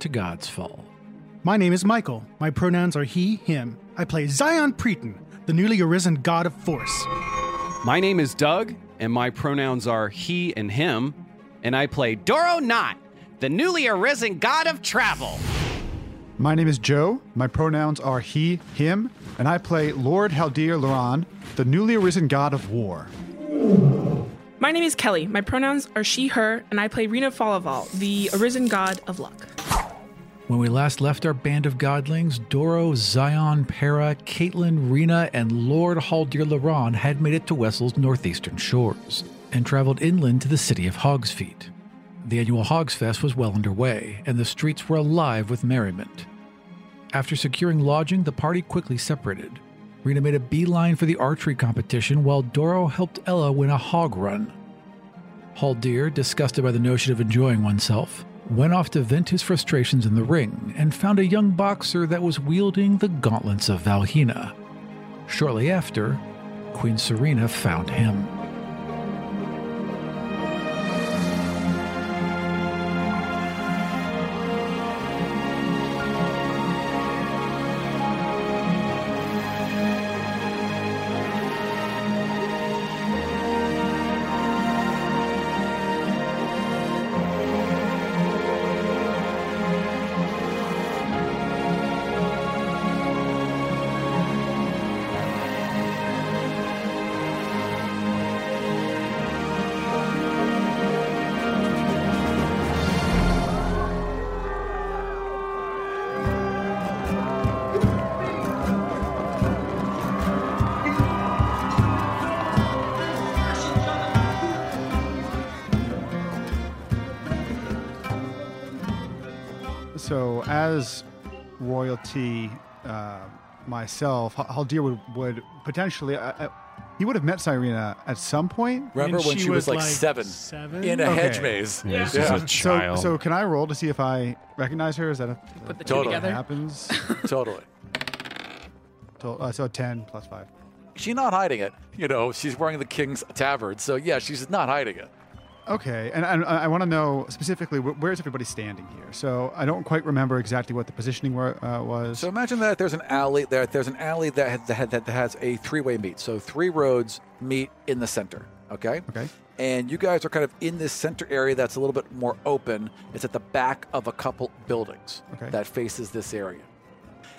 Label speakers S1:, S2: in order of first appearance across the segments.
S1: to God's Fall.
S2: My name is Michael. My pronouns are he, him. I play Zion Preeton, the newly arisen god of force.
S3: My name is Doug, and my pronouns are he and him, and I play Doro Knot, the newly arisen god of travel.
S4: My name is Joe. My pronouns are he, him, and I play Lord Haldir Loran, the newly arisen god of war.
S5: My name is Kelly. My pronouns are she, her, and I play Rena Falaval, the arisen god of luck.
S1: When we last left our band of godlings, Doro, Zion, Para, Caitlin, Rena, and Lord Haldir Laron had made it to Wessel's northeastern shores and traveled inland to the city of Hogsfeet. The annual Hogsfest was well underway, and the streets were alive with merriment. After securing lodging, the party quickly separated. Rena made a beeline for the archery competition, while Doro helped Ella win a hog run. Haldir, disgusted by the notion of enjoying oneself, went off to vent his frustrations in the ring and found a young boxer that was wielding the gauntlets of Valhina. Shortly after, Queen Serena found him.
S4: So, as royalty uh, myself, H- Haldir would, would potentially, uh, uh, he would have met Cyrena at some point.
S6: Remember when, she, was, like, seven,
S7: seven?
S6: in a
S4: Okay.
S6: hedge maze?
S7: Yeah.
S3: This is a
S4: So,
S3: child.
S4: so, can I roll to see if I recognize her? Is that a,
S5: Put the two
S6: Totally.
S5: together.
S4: happens?
S6: totally.
S4: To- uh, so, 10 plus 5.
S6: She's not hiding it. You know, she's wearing the king's tabard. So, yeah, she's not hiding it.
S4: Okay, and I, I want to know specifically wh- where's everybody standing here. So I don't quite remember exactly what the positioning were, uh, was.
S6: So imagine that there's an alley there. There's an alley that has, that, that has a three-way meet. So three roads meet in the center. Okay.
S4: Okay.
S6: And you guys are kind of in this center area that's a little bit more open. It's at the back of a couple buildings
S4: Okay.
S6: that faces this area.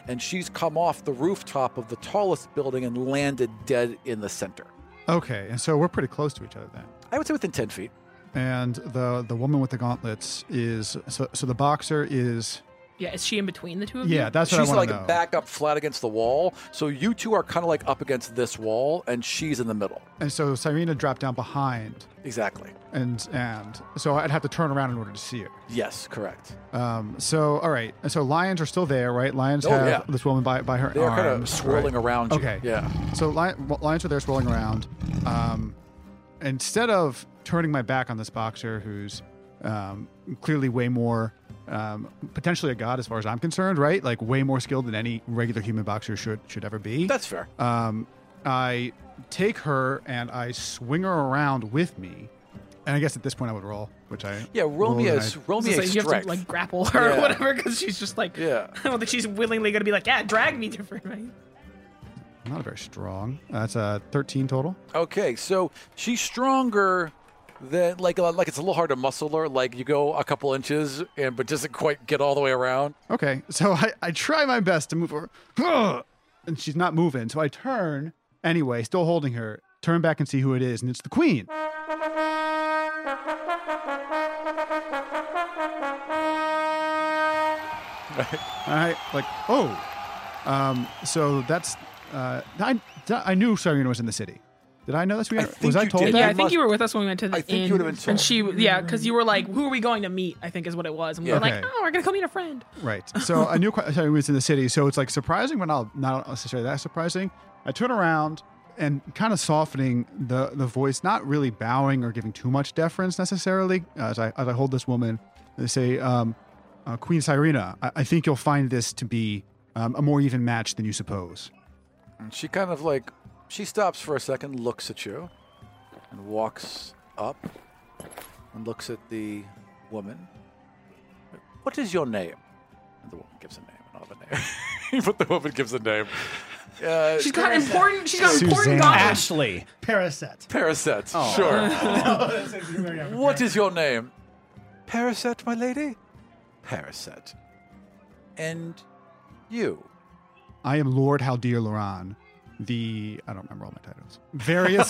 S6: And she's come off the rooftop of the tallest building and landed dead in the center.
S4: okay, and so we're pretty close to each other then.
S6: I would say within ten feet.
S4: And the the woman with the gauntlets is so. So the boxer is
S5: Yeah, is she in between the two of you?
S4: yeah. That's what
S6: Mm-hmm. she's
S4: I want
S6: like
S4: to know.
S6: back up flat against the wall. So you two are kind of like up against this wall, and she's in the middle.
S4: And so Cyrena dropped down behind,
S6: Exactly.
S4: and and so I'd have to turn around in order to see her.
S6: Yes, correct.
S4: Um, so all right, and so lions are still there, right? Lions
S6: Oh,
S4: have
S6: yeah.
S4: this woman by by her
S6: They are
S4: arms,
S6: kind of swirling
S4: right?
S6: around you.
S4: Okay.
S6: Yeah.
S4: So lion, well, lions are there swirling around. Um, instead of turning my back on this boxer, who's um, clearly way more um, potentially a god as far as I'm concerned, right? Like way more skilled than any regular human boxer should should ever be.
S6: That's fair.
S5: Uh,
S4: um, I take her and I swing her around with me. And I guess at this point I would roll, which I
S6: Yeah, roll me
S4: rolled
S6: a,
S4: and I-
S6: roll
S5: So
S6: me a
S5: it's like you have
S6: strength.
S5: to like grapple her
S6: Yeah.
S5: or whatever because she's just like,
S6: Yeah.
S5: I don't think she's willingly going to be like, yeah, drag me different, right?
S4: I'm not very strong. That's a 13 uh, total.
S6: okay, so she's stronger then like like it's a little hard to muscle her. Like you go a couple inches and but doesn't quite get all the way around.
S4: Okay, so I, I try my best to move her, and she's not moving. So I turn anyway, still holding her. Turn back and see who it is, and it's the queen. All right, like oh, um, so that's uh, I I knew Serena was in the city. Did I know this? We
S6: I
S4: were-
S6: think
S4: was I
S6: you
S4: told
S6: did.
S4: that?
S5: Yeah,
S6: you
S5: I think
S6: must-
S5: you were with us when we went to the
S6: I think you
S5: inn,
S6: would've been told.
S5: And she, yeah, because you were like, "Who are we going to meet?" I think is what it was. And we
S6: Yeah.
S5: were like,
S4: Okay.
S5: "Oh, we're gonna come meet a friend."
S4: Right. So I knew quite sorry, was in the city. So it's like surprising, but not not necessarily that surprising. I turn around and kind of softening the the voice, not really bowing or giving too much deference necessarily. As I as I hold this woman, they say, um, uh, "Queen Cyrena, I, I think you'll find this to be um, a more even match than you suppose."
S6: And she kind of like she stops for a second, looks at you, and walks up and looks at the woman. What is your name? And the woman gives a name. I don't have a name. but the woman gives a name. Uh,
S5: She's got important. She's got
S4: Suzanne. Ah.
S5: important knowledge.
S3: Ashley.
S2: Parasect.
S6: Parasect.
S4: Oh.
S6: Sure. what is your name? Parasect, my lady. Parasect. And you.
S4: I am Lord Haldir Loran. The I don't remember all my titles. Various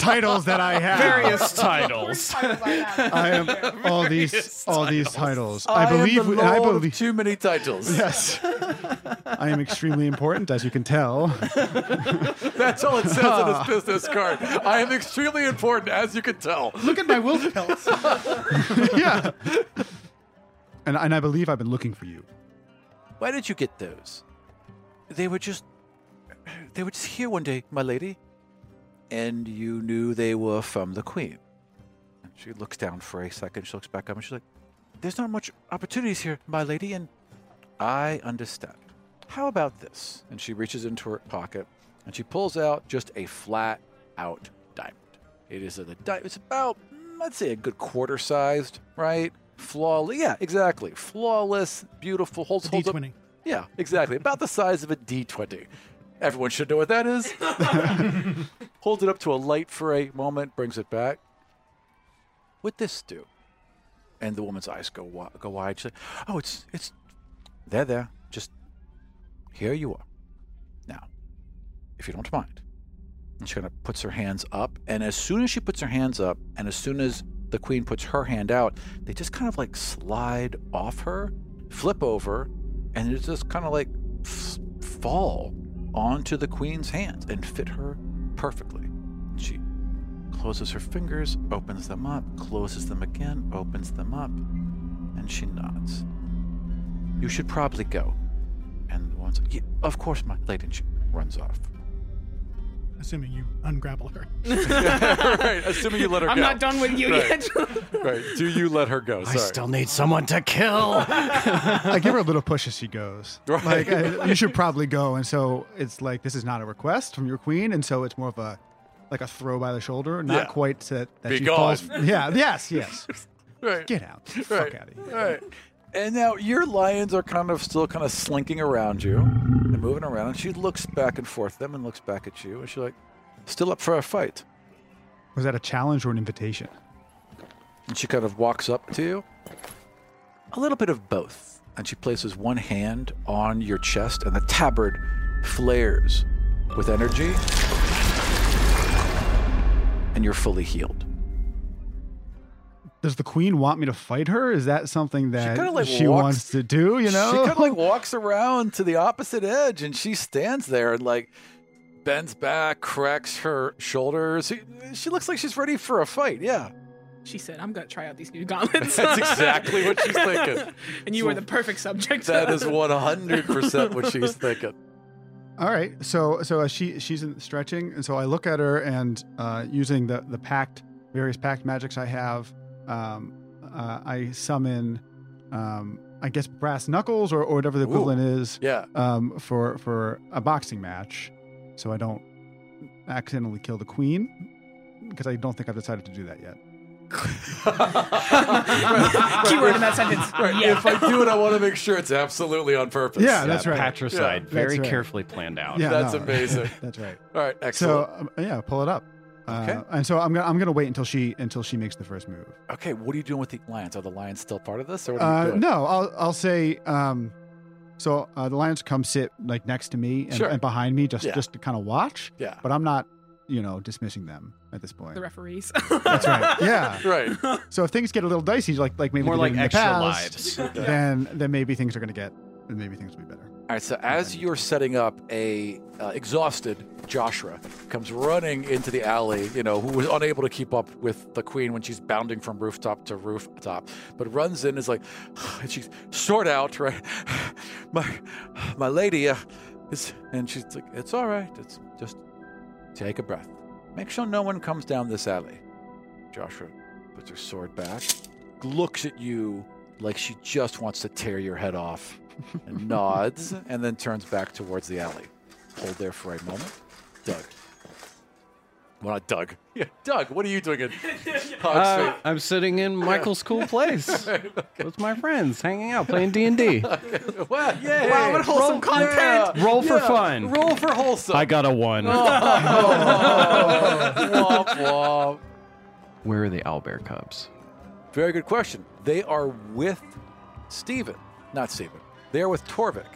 S4: titles that I have.
S3: Various titles.
S4: I am all these all these titles. I,
S6: am
S4: believe.
S6: the
S4: we- I
S6: lord of
S4: believe.
S6: too many titles.
S4: Yes. I am extremely important, as you can tell.
S6: That's all it says
S4: Ah.
S6: on his business card. I am extremely important, as you can tell.
S2: Look at my wolf pelts.
S4: yeah. And, and I believe I've been looking for you.
S6: Why did you get those? They were just they were just here one day, my lady. And you knew they were from the Queen. And she looks down for a second, she looks back up and she's like, There's not much opportunities here, my lady, and I understand. How about this? And she reaches into her pocket and she pulls out just a flat out diamond. It is a di- it's about mm, I'd say a good quarter sized, right? Flawless, yeah, exactly. Flawless, beautiful, holds holds up
S2: D20.
S6: yeah, exactly. About the size of a D20. Everyone should know what that is. Holds it up to a light for a moment, brings it back. What'd this do? And the woman's eyes go wi- go wide. She's like, "Oh, it's it's there, there. Just here you are. Now, if you don't mind." And she kind of puts her hands up, and as soon as she puts her hands up, and as soon as the queen puts her hand out, they just kind of like slide off her, flip over, and it just kind of like f- fall onto the queen's hands and fit her perfectly. She closes her fingers, opens them up, closes them again, opens them up, and she nods. You should probably go. And the one's like, yeah, of course, my lady. And she runs off.
S2: Assuming you ungrapple her.
S6: right, assuming you let her
S5: I'm
S6: go.
S5: not done with you
S6: Right.
S5: yet.
S6: Right, do you let her go?
S3: I
S6: Sorry.
S3: still need someone to kill.
S2: Oh,
S4: I give her a little push as she goes.
S6: Right.
S4: Like, I, you should probably go. And so it's like, this is not a request from your queen. And so it's more of a, like a throw by the shoulder, not
S6: Yeah.
S4: quite to, that
S6: Be
S4: she
S6: gone.
S4: falls. Yeah. Yes. Yes.
S6: right.
S4: Get out. Get the
S6: right.
S4: Fuck out of here.
S6: Right. And now your lions are kind of still kind of slinking around you and moving around. And she looks back and forth them and looks back at you. And she's like, still up for a fight.
S4: Was that a challenge or an invitation?
S6: And she kind of walks up to you. A little bit of both. And she places one hand on your chest, and the tabard flares with energy. And you're fully healed.
S4: Does the queen want me to fight her? Is that something that she,
S6: kinda, like, walks-
S4: wants to do? You know,
S6: She kind of like walks around to the opposite edge and she stands there and like bends back, cracks her shoulders. She, she looks like she's ready for a fight. Yeah.
S5: she said, "I'm gonna try out these new gauntlets."
S6: That's exactly what she's thinking.
S5: and you were the perfect subject.
S6: That is 100% what she's thinking.
S4: All right. So so uh, she she's in stretching, and so I look at her and uh, using the the packed various packed magics I have, um, uh, I summon, um, I guess brass knuckles or, or whatever the
S6: Ooh.
S4: equivalent is
S6: Yeah.
S4: um, for for a boxing match, so I don't accidentally kill the queen because I don't think I've decided to do that yet.
S5: Keyword in that sentence.
S6: Right.
S5: Yeah.
S6: If I do it, I want to make sure it's absolutely on purpose.
S4: Yeah, that's right.
S3: Patricide,
S4: Yeah,
S3: very
S4: that's right.
S3: carefully planned out.
S4: Yeah,
S6: Oh, That's amazing.
S4: That's right.
S6: All right.
S4: So
S6: Excellent.
S4: um, yeah, pull it up.
S6: Okay.
S4: Uh, and so I'm gonna I'm gonna wait until she until she makes the first move.
S6: Okay, what are you doing with the lions? Are the lions still part of this, or what are you
S4: Uh,
S6: doing?
S4: no, I'll I'll say. Um, so uh, the lions come sit like next to me and,
S6: Sure.
S4: and behind me just
S6: Yeah.
S4: just to kind of watch.
S6: Yeah.
S4: But I'm not you know dismissing them at this point.
S5: The referees.
S4: That's right. Yeah.
S6: Right.
S4: So if things get a little dicey, like like maybe
S3: More
S4: they did in
S3: like
S4: the
S3: extra
S4: past,
S3: lives.
S4: then then maybe things are gonna get then maybe things will be better.
S6: All right. So as you're setting up, a uh, exhausted Joshua comes running into the alley. You know, who was unable to keep up with the queen when she's bounding from rooftop to rooftop, but runs in is like, and she's sort out right. My my lady uh, is, and she's like, it's all right. It's just take a breath. Make sure no one comes down this alley. Joshua puts her sword back, looks at you like she just wants to tear your head off, and nods, and then turns back towards the alley. Hold there for a moment. Doug. Well, not Doug. Yeah, Doug, what are you doing in Hog's
S3: Uh, I'm sitting in Michael's cool place with my friends, hanging out, playing D and D.
S6: Face? Wow, yay!
S5: Wow, what wholesome
S6: Roll-
S5: content.
S6: yeah,
S3: Roll for
S6: yeah,
S3: fun.
S6: Roll for wholesome.
S3: I got a one.
S6: Womp womp.
S3: Where are the owlbear cubs?
S6: Very good question. They are with Steven. Not Steven. They are with Torvik.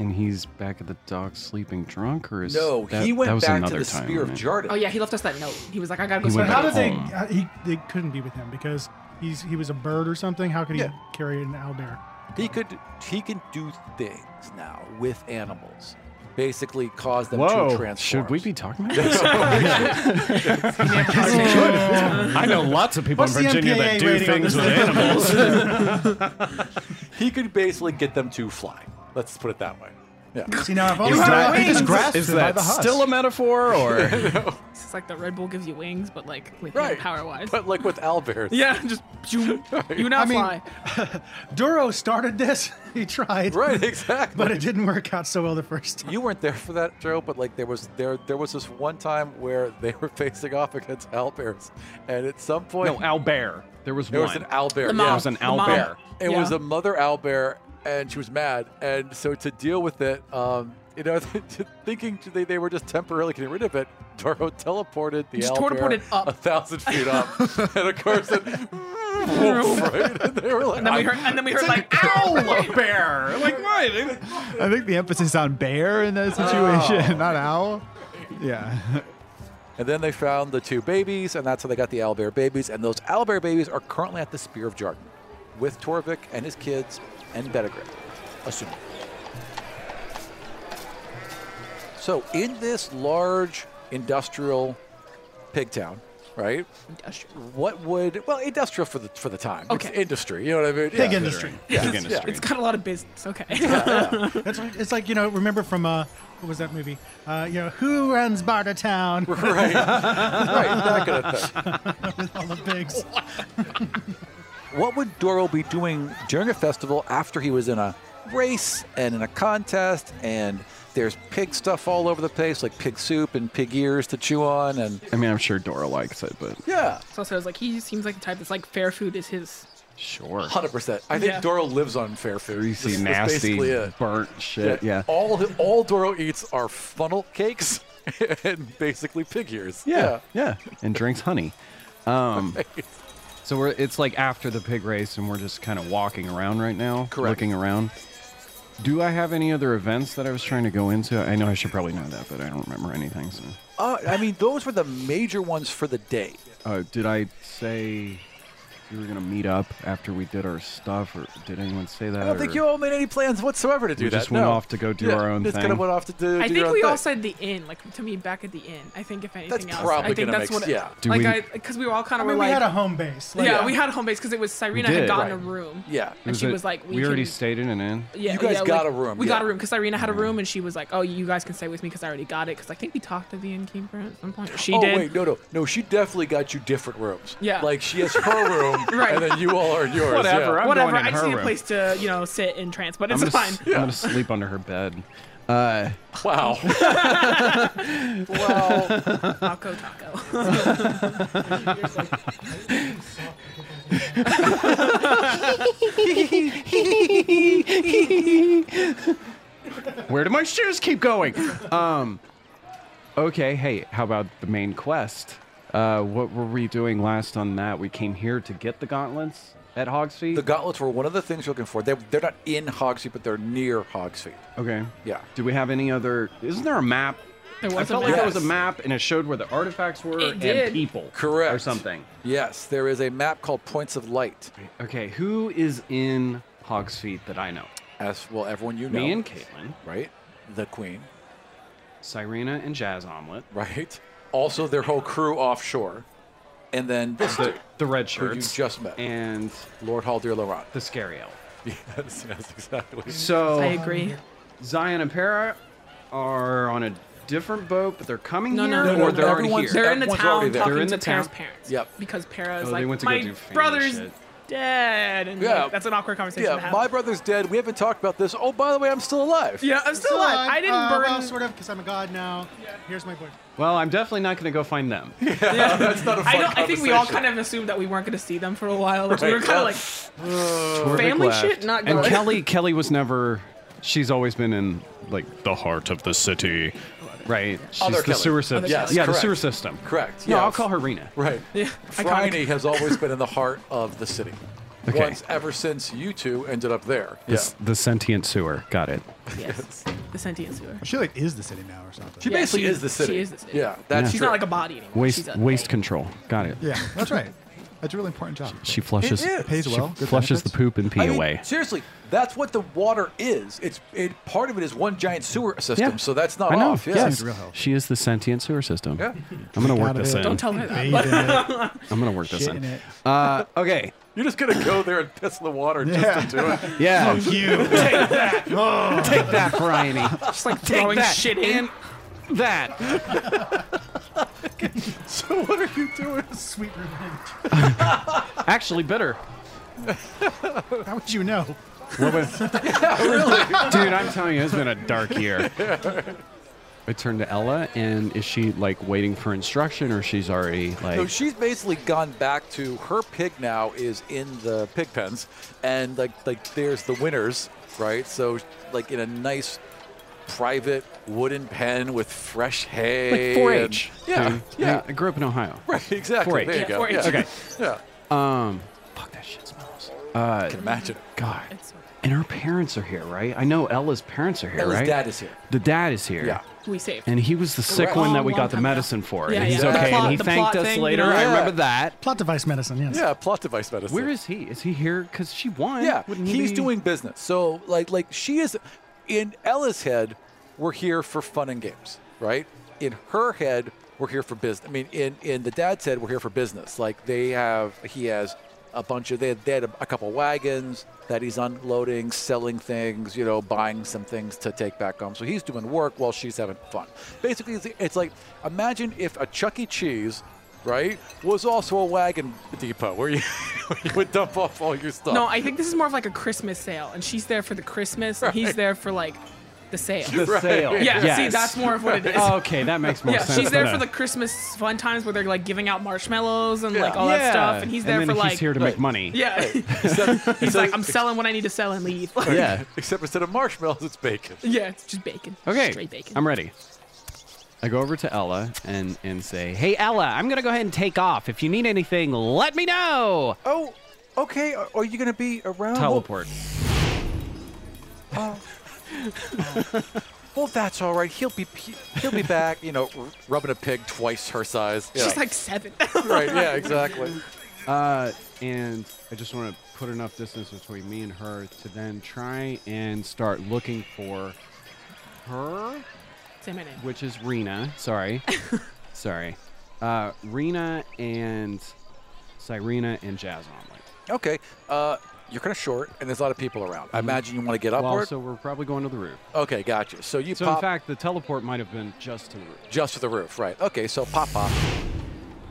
S7: And he's back at the dock sleeping drunk, or is
S6: No,
S7: that,
S6: he
S7: that
S6: went
S7: was
S6: back to
S7: another
S6: the
S7: time,
S6: Spear of
S7: right?
S6: Jordan.
S5: oh yeah, he left us that note. He was like, I gotta go.
S7: He
S5: swim."
S7: went
S2: How
S7: back
S2: did they?
S7: home.
S2: Uh, he they couldn't be with him because he's he was a bird or something. How could he
S6: Yeah.
S2: carry an owlbear?
S6: He could he can do things now with animals. Basically cause them to
S7: Whoa!
S6: transform.
S7: Should we be talking about this? I know lots of people
S2: What's the MPAA rating on this thing?
S6: He could basically get them to fly. Let's put it that way. Yeah.
S2: See now, if only
S8: Is
S2: had
S8: that-
S2: wings.
S8: is
S4: grasped
S8: Is
S4: it by
S8: that
S4: the husk.
S8: still a metaphor, or
S5: It's just like the Red Bull gives you wings, but like with
S6: Right.
S5: power wise.
S6: But like with owlbears.
S5: yeah, just zoom. you now
S2: I mean-
S5: fly.
S2: Duro started this. he tried,
S6: Right, exactly.
S2: but it didn't work out so well the first time.
S6: you weren't there for that Joe, but like there was there there was this one time where they were facing off against owlbears, and at some point
S8: no? Owl bear. There was
S6: there
S8: one.
S6: was an owlbear.
S5: The
S6: yeah.
S5: mom.
S8: was an
S5: The mom.
S8: owlbear.
S6: It was
S5: Yeah.
S6: a mother owlbear, and she was mad. And so to deal with it, um, you know, thinking they, they were just temporarily getting rid of it, Doro teleported the
S5: Just
S6: owlbear
S5: teleported up.
S6: a thousand feet up, and of course, it, right? and they were like,
S5: And then we heard, and then we heard like, ow!
S8: bear. Like what?
S4: I think the emphasis on bear in that
S7: Oh.
S4: situation, not owl. Yeah.
S6: And then they found the two babies, and that's how they got the owlbear babies. And those owlbear babies are currently at the Spear of Jordan with Torvik and his kids and Betagrid, assuming. So in this large industrial pig town, right? What would well industrial for the for the time? It's
S5: Okay.
S6: industry. You know what I mean?
S2: Pig industry.
S6: Yeah.
S8: Pig
S6: yeah.
S8: industry.
S5: It's got a lot of business. Okay.
S2: That's like, it's like you know. Remember from uh, what was that movie? Uh, you know, who runs Barter Town?
S6: Right. right. That kind of thing.
S2: with all the pigs.
S6: What would Doro be doing during a festival after he was in a race and in a contest and there's pig stuff all over the place, like pig soup and pig ears to chew on and
S7: I mean, I'm sure Dora likes it, but
S6: yeah,
S5: so, so I was like, he seems like the type that's like fair food is his.
S7: sure.
S6: hundred percent. I think
S5: Yeah.
S6: Doro lives on fair food. He's
S7: Greasy, nasty, burnt shit. Yeah.
S6: All all Doro eats are funnel cakes and basically pig ears.
S7: Yeah, yeah, and drinks honey. Um, So we're it's like after the pig race, and we're just kind of walking around right now,
S6: Correct.
S7: looking around. Do I have any other events that I was trying to go into? I know I should probably know that, but I don't remember anything. So,
S6: Uh, I mean, those were the major ones for the day.
S7: uh, did I say we were gonna meet up after we did our stuff, or did anyone say that?
S6: I don't think
S7: or
S6: you all made any plans whatsoever to do
S7: we
S6: that.
S7: just went
S6: no.
S7: off to go do
S6: Yeah,
S7: our own
S6: just
S7: thing.
S6: kind of went off to do.
S5: I
S6: do your
S5: think
S6: own
S5: we all
S6: thing.
S5: said the inn, like to me back at the inn. I think if anything else,
S6: probably
S5: I think
S6: gonna
S5: that's
S6: make
S5: what.
S6: s- yeah.
S7: Do
S5: like
S7: we-
S5: I, because we were all kind
S2: I
S5: of
S2: mean,
S5: were
S2: we
S5: like,
S2: had a home base. Like,
S5: yeah,
S6: yeah.
S5: we had a home base because it was Cyrena
S7: did.
S5: had gotten
S6: Right.
S5: a room.
S6: Yeah.
S5: and
S7: Was
S5: she
S7: it-
S5: was like, we,
S7: already
S5: can-
S7: stayed in an inn.
S5: Yeah,
S6: You guys
S5: yeah,
S6: got
S5: like,
S6: a room,
S5: We
S6: yeah.
S5: got a room because Irina had a room, and she was like, "Oh, you guys can stay with me because I already got it." Because I think we talked to the innkeeper at some point. She
S6: oh
S5: did.
S6: wait, no, no, no. She definitely got you different rooms.
S5: Yeah.
S6: like she has her room,
S5: Right.
S6: and then you all are yours.
S8: Whatever,
S6: Yeah.
S8: I'm
S5: Whatever.
S8: going in
S5: I just
S8: her
S5: need a
S8: room.
S5: place to you know sit and trance, but
S7: I'm
S5: it's
S7: gonna,
S5: fine.
S7: s- I'm gonna sleep under her bed. Uh,
S6: Wow. wow.
S5: Taco, taco.
S7: Where do my shoes keep going? Um, okay, hey, how about the main quest? Uh, what were we doing last on that? We came here to get the gauntlets at Hog's Feet.
S6: The gauntlets were one of the things you're looking for. They're, they're not in Hogsfeet, but they're near Hogsfeet.
S7: okay.
S6: Yeah.
S7: Do we have any other? Isn't there a map?
S5: There
S7: I
S5: was
S7: felt
S5: a
S7: like there
S5: map.
S7: was a map, and it showed where the artifacts were
S5: It
S7: and
S5: did.
S7: people,
S6: Correct.
S7: or something.
S6: Yes, there is a map called Points of Light,
S7: Okay, who is in Hog's Feet that I know?
S6: as well everyone you know.
S7: Me and Caitlin,
S6: Right? The Queen.
S7: Cyrena and Jazz Omelet,
S6: Right? Also, their whole crew offshore. And then this
S7: the,
S6: dude,
S7: the red
S6: who you
S7: shirts,
S6: just met,
S7: and
S6: Lord Haldir Laurent.
S7: the scary elf.
S6: Yes, yes, exactly.
S7: So
S5: I agree.
S7: Zion and Para are on a different boat, but they're coming
S5: No,
S7: here,
S5: no, no,
S7: or
S5: no,
S7: they're already
S6: everyone's-
S7: here.
S5: They're in the
S6: Everyone's
S5: town
S6: already there.
S5: talking
S7: They're in
S5: to
S7: the
S5: Para's
S7: town.
S5: parents.
S6: Yep.
S5: Because Para is
S7: Oh, they
S5: like,
S7: went to go
S5: my
S7: do family
S5: brother's
S7: shit."
S5: dead. And
S6: Yeah.
S5: like, that's an awkward conversation to
S6: Yeah,
S5: have.
S6: my brother's dead. We haven't talked about this. Oh, by the way, I'm still alive.
S5: yeah, I'm still alive. I didn't
S2: uh,
S5: burn.
S2: Well, sort of, because I'm a god now. Here's my boy.
S7: Well, I'm definitely not going to go find them.
S5: I, don't, I think we all kind of assumed that we weren't going to see them for a while. Which we were kind of like, family shit, not good.
S7: And Kelly, Kelly was never. She's always been in like the heart of the city, right? She's
S6: Other
S7: the
S6: Kelly.
S7: sewer system.
S6: Yes,
S7: yeah, the
S6: correct.
S7: sewer system.
S6: Correct.
S7: No,
S6: yeah.
S7: I'll call her Rena.
S6: Right. Yeah.
S5: iconic.
S6: has always been in the heart of the city.
S7: Okay.
S6: Once ever since you two ended up there.
S7: The, s- the sentient sewer. Got it.
S5: yes, the sentient sewer.
S4: She like is the city now or something.
S6: She basically
S5: she-
S6: is the city.
S5: she is the city.
S6: Yeah. That's
S5: She's
S6: true.
S5: not like a body anymore.
S7: Waste
S5: She's a
S7: waste
S5: thing.
S7: control. Got it.
S4: yeah, that's right. That's a really important job.
S7: She flushes.
S6: It is.
S4: Pays
S7: she
S4: well, good
S7: flushes
S4: benefits.
S7: the poop and pee
S6: I mean,
S7: away.
S6: seriously, that's what the water is. It's it, part of it is one giant sewer system,
S7: Yeah.
S6: so that's not
S7: I know.
S6: off. Yeah.
S7: Yes.
S4: real health.
S7: She is the sentient sewer system.
S6: Yeah.
S7: I'm gonna work
S4: out of
S7: this
S4: it.
S7: in.
S5: Don't tell her that.
S4: Bathe in it,
S7: I'm gonna work this
S4: shit in
S7: in.
S4: it.
S7: Uh, okay.
S6: You're just gonna go there and piss in the water just to do it.
S7: Yeah.
S4: You.
S7: Take that, Bryony. Just like
S5: throwing shit in.
S7: that.
S6: So what are you doing?
S2: Sweet revenge.
S7: Actually, bitter.
S4: How would you know?
S7: Dude, I'm telling you, it's been a dark year. I turn to Ella, and is she like waiting for instruction, or she's already like?
S6: So she's basically gone back to her pig now is in the pig pens, and like like there's the winners, right? So like in a nice private wooden pen with fresh hay,
S7: like 4-H.
S6: and- yeah,
S7: dude.
S6: yeah,
S7: I, I grew up in Ohio.
S6: right, exactly.
S7: 4-H.
S6: There you
S5: Yeah,
S6: go.
S5: 4-H.
S6: Yeah.
S7: Okay.
S6: yeah,
S7: Um. Fuck that shit smells. Uh,
S6: imagine it.
S7: God.
S5: It's
S7: And her parents are here, right? I know Ella's parents are here,
S6: Ella's
S7: right?
S6: dad is here.
S7: The dad is here.
S6: Yeah.
S5: We saved.
S7: And he was the sick
S6: Correct.
S7: one that
S5: Oh,
S7: we
S5: long
S7: got the
S5: time ago.
S7: medicine for,
S5: Yeah,
S7: and
S5: yeah,
S7: he's
S6: yeah.
S7: okay.
S6: The plot-
S7: and he
S5: the
S7: thanked
S5: plot
S7: us
S5: thing, you
S7: later.
S5: know?
S7: I
S6: Yeah.
S7: remember that.
S2: Plot device medicine, yes.
S6: Yeah, plot device medicine.
S7: Where is he? Is he here? Because she won.
S6: Yeah,
S7: Wouldn't he
S6: he's
S7: be-
S6: doing business. So like like she is in Ella's head, we're here for fun and games, right? In her head, we're here for business. I mean, in in the dad's head, we're here for business. Like they have, he has a bunch of they had, they had a, a couple wagons that he's unloading, selling things, you know, buying some things to take back home. So he's doing work while she's having fun. Basically, it's, it's like imagine if a Chuck E. Cheese. Right was also a wagon depot where you, where you would dump off all your stuff.
S5: No, I think this is more of like a Christmas sale, and she's there for the Christmas, and he's there for like the sale.
S7: the sale.
S5: Yeah,
S7: Yes.
S5: see, that's more of what it is.
S7: okay, that makes more
S5: yeah,
S7: sense.
S5: she's there
S7: than
S5: for
S7: a-
S5: the Christmas fun times where they're like giving out marshmallows and like
S6: Yeah.
S5: all
S7: Yeah.
S5: that stuff, and he's there
S7: and
S5: for
S7: then
S5: like
S7: he's here to make money.
S5: yeah.
S6: Except-
S5: he's
S6: except-
S5: like, I'm selling what I need to sell and leave. Like,
S7: Yeah.
S6: Except instead of marshmallows, it's bacon.
S5: yeah, it's just bacon.
S7: Okay.
S5: straight bacon.
S7: I'm ready. I go over to Ella and and say, "Hey Ella, I'm gonna go ahead and take off. If you need anything, let me know."
S6: Oh, okay. Are, are you going to be around?
S7: Teleport.
S6: Well, well, that's all right. He'll be he, he'll be back. You know, r- rubbing a pig twice her size. Yeah.
S5: She's like seven.
S6: right. Yeah, exactly.
S7: Uh, and I just want to put enough distance between me and her to then try and start looking for her,
S5: Say my name.
S7: which is Rena. Sorry, sorry, uh, Rena and Cyrena and Jazz Omelet.
S6: Okay. Uh, you're kind of short, and there's a lot of people around.
S5: Mm-hmm.
S6: I imagine you want to get
S7: Well,
S6: upward.
S7: so we're probably going to the roof.
S6: okay, gotcha. So you
S7: So
S6: pop
S7: in fact, the teleport might have been just to the roof.
S6: just to the roof, right? Okay. So pop pop.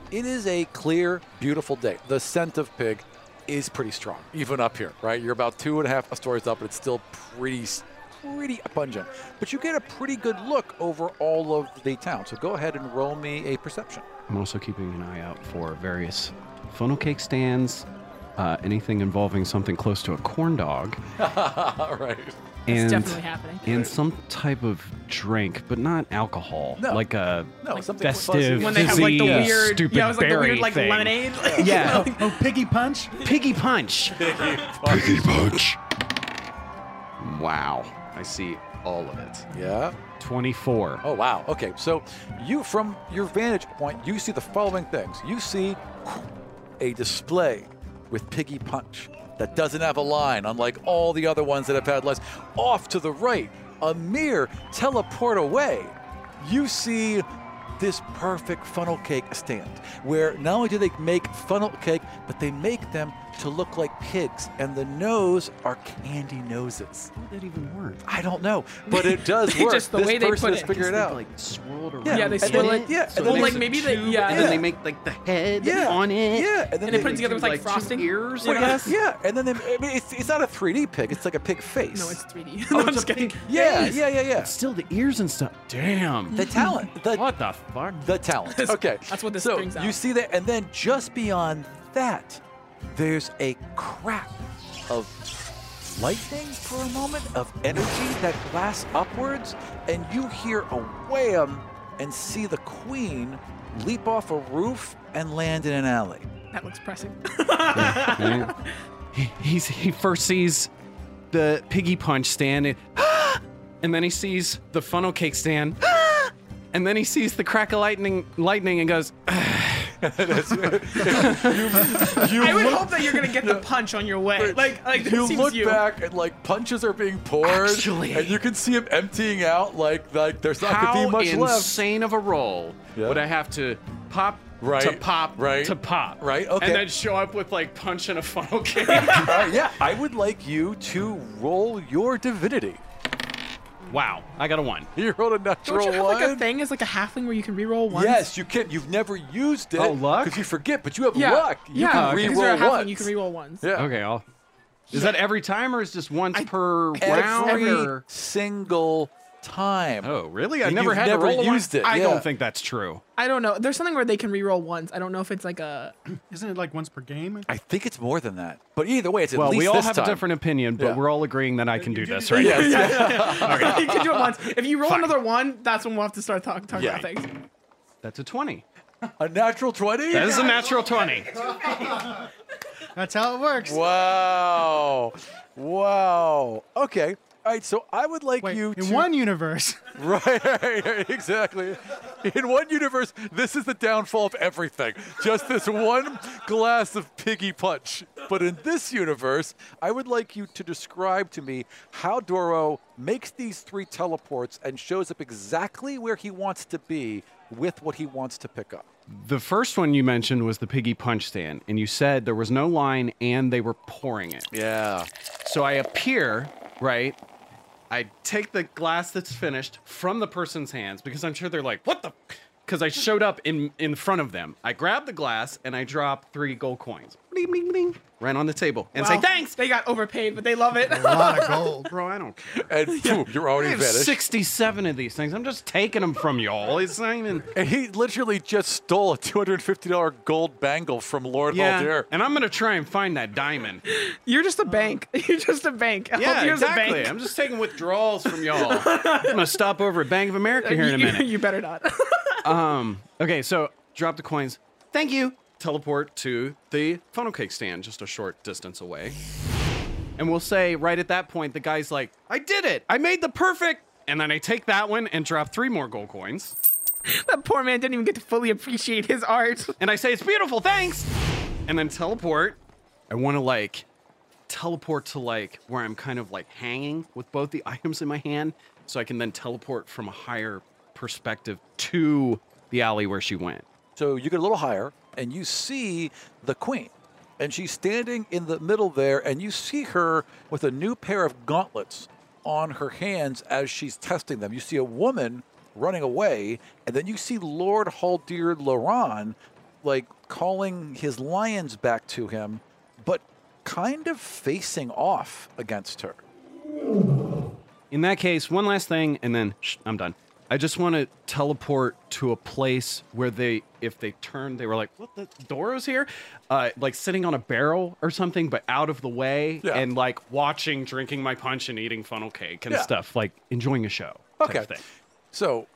S6: It is a clear, beautiful day. The scent of pig is pretty strong, even up here, right? You're about two and a half stories up, and it's still pretty, pretty pungent. But you get a pretty good look over all of the town. So go ahead and roll me a perception.
S7: I'm also keeping an eye out for various funnel cake stands, uh, anything involving something close to a corn dog,
S6: All right.
S5: It's
S7: and
S5: definitely happening.
S7: and some type of drink, but not alcohol,
S6: No.
S7: like a
S6: No, something
S7: festive,
S6: fuzzy.
S5: when they have like the
S7: fizzy,
S5: weird,
S7: stupid
S5: yeah, it was like the
S7: berry
S5: weird like
S7: thing.
S5: lemonade. like-
S7: Yeah.
S5: like-
S2: Oh, piggy punch?
S7: Piggy punch. Piggy punch. Wow. I see all of it.
S6: Yeah.
S7: 24.
S6: Oh wow. Okay. So you from your vantage point, you see the following things. You see a display with Piggy Punch that doesn't have a line, unlike all the other ones that have had lines. Off to the right, a mere teleport away, you see this perfect funnel cake stand where not only do they make funnel cake, but they make them to look like pigs, and the nose are candy noses.
S7: How did that even work?
S6: I don't know, but it does
S5: They
S6: work.
S5: just- the
S6: this
S5: way they
S6: person
S5: put
S6: has
S5: it,
S6: figured it out.
S7: Like swirled around.
S6: Yeah,
S5: Yeah, they
S7: and then
S5: swirl
S6: it- yeah,
S7: so
S6: and
S7: it
S6: then
S5: well,
S7: makes
S5: like
S7: a
S5: maybe they,
S7: tube,
S5: yeah,
S7: And then
S6: Yeah.
S7: they make like the head
S6: Yeah.
S7: on it.
S6: Yeah, and then
S5: and they put
S7: do,
S5: it together with like,
S7: like, two
S5: frosting.
S7: ears,
S5: Yeah.
S7: I guess?
S6: Yeah, and then they, I mean, it's, it's not a 3D pig; it's like a pig face.
S5: No, it's 3D.
S7: Oh,
S5: no,
S7: it's
S5: I'm
S7: a
S5: just kidding.
S7: pig
S6: yeah,
S7: face.
S6: yeah, yeah, yeah.
S7: It's still the ears and stuff. Damn.
S6: The talent, the,
S7: what the fuck?
S6: the talent. Okay,
S5: That's what this
S6: so
S5: brings out.
S6: you see that, and then just beyond that, there's a crack of lightning for a moment of energy that blasts upwards, and you hear a wham and see the queen leap off a roof and land in an alley.
S5: That looks pressing.
S7: he, he's, he first sees the piggy punch stand, and, and then he sees the funnel cake stand, and then he sees the crack of lightning, lightning, and goes,
S5: I would hope that you're gonna get the punch on your way. Like, like
S6: you
S5: it seems
S6: look
S5: you.
S6: back and like punches are being poured,
S7: Actually-
S6: and you can see him emptying out. Like like there's not
S7: "How
S6: gonna be much left.
S7: insane of a roll
S6: Yeah.
S7: would I have to pop?" To
S6: Right,
S7: pop,
S6: right,
S7: to pop,
S6: right, okay.
S7: and then show up with like punch and a funnel cake.
S6: All right, Uh, yeah, I would like you to roll your divinity.
S7: wow, I got a one.
S6: You rolled a
S5: Don't
S6: natural
S5: you have
S6: one.
S5: like a thing as like a halfling where you can reroll once?
S6: Yes, you can. You've never used it.
S7: Oh, luck?
S6: Because you forget, but you have
S5: Yeah.
S6: luck. You
S5: yeah.
S6: can
S5: because
S6: re-roll
S5: you're a halfling,
S6: once.
S5: You can reroll once.
S6: Yeah.
S7: Okay, I'll. Is that every time or is just once per round?
S6: Every
S7: or-
S6: single time.
S7: Oh, really? I
S6: And
S7: never
S6: you've
S7: had
S6: never
S7: to roll a one?
S6: used it,
S7: I
S6: yeah.
S7: don't think that's true.
S5: I don't know. There's something where they can reroll once. I don't know if it's like a.
S2: Isn't it like once per game?
S6: I think it's more than that. But either way, it's at
S7: Well,
S6: least
S7: we all
S6: this
S7: have
S6: time.
S7: a different opinion, but
S6: Yeah.
S7: we're all agreeing that I can do this right now.
S5: you can do it once. If you roll another one, that's when we'll have to start talk, talking
S6: Yeah.
S5: about things.
S7: That's a 20.
S6: A natural twenty.
S7: That is a natural 20.
S2: That's how it works.
S6: Wow. Wow. Okay. All right. So I would like
S2: Wait,
S6: you
S2: in
S6: to.
S2: one universe,
S6: Right, right, right, Exactly. In one universe, this is the downfall of everything. Just this one glass of piggy punch. But in this universe, I would like you to describe to me how Doro makes these three teleports and shows up exactly where he wants to be with what he wants to pick up.
S7: The first one you mentioned was the piggy punch stand, and you said there was no line and they were pouring it.
S6: Yeah.
S7: So I appear, right? I take the glass that's finished from the person's hands because I'm sure they're like, what the? Because I showed up in, in front of them. I grab the glass and I drop three gold coins. Bling, bling, bling. Right on the table. And say,
S5: Wow.
S7: thanks.
S5: They got overpaid, but they love it.
S4: A lot of gold.
S7: Bro, I don't care.
S6: And boom, you're already
S7: I have
S6: vanished.
S7: 67 of these things. I'm just taking them from y'all. It's not even.
S6: And he literally just stole a $250 gold bangle from Lord
S7: Yeah.
S6: Haldir.
S7: And I'm going to try and find that diamond.
S5: You're just a bank. You're just a bank.
S7: Yeah,
S5: You're
S7: exactly.
S5: A
S7: I'm
S5: bank.
S7: just taking withdrawals from y'all. I'm going to stop over at Bank of America here in a
S5: You-
S7: minute.
S5: you better not.
S7: Um, okay, so drop the coins. Thank you. Teleport to the funnel cake stand just a short distance away. And we'll say right at that point, the guy's like, I did it. I made the perfect. And then I take that one and drop three more gold coins.
S5: that poor man didn't even get to fully appreciate his art.
S7: and I say it's beautiful, thanks, and then teleport. I want to like teleport to like where I'm kind of like hanging with both the items in my hand, so I can then teleport from a higher perspective to the alley where she went.
S6: So you get a little higher and you see the queen. And she's standing in the middle there, and you see her with a new pair of gauntlets on her hands as she's testing them. You see a woman running away, and then you see Lord Haldir Loran like calling his lions back to him, but kind of facing off against her.
S7: In that case, one last thing, and then shh, I'm done. I just want to teleport to a place where they, if they turned, they were like, "What the Doro's here?" Uh, like sitting on a barrel or something, but out of the way,
S6: Yeah.
S7: and like watching, drinking my punch, and eating funnel cake and
S6: Yeah.
S7: stuff, like enjoying a show. type
S6: Okay.
S7: thing.
S6: So,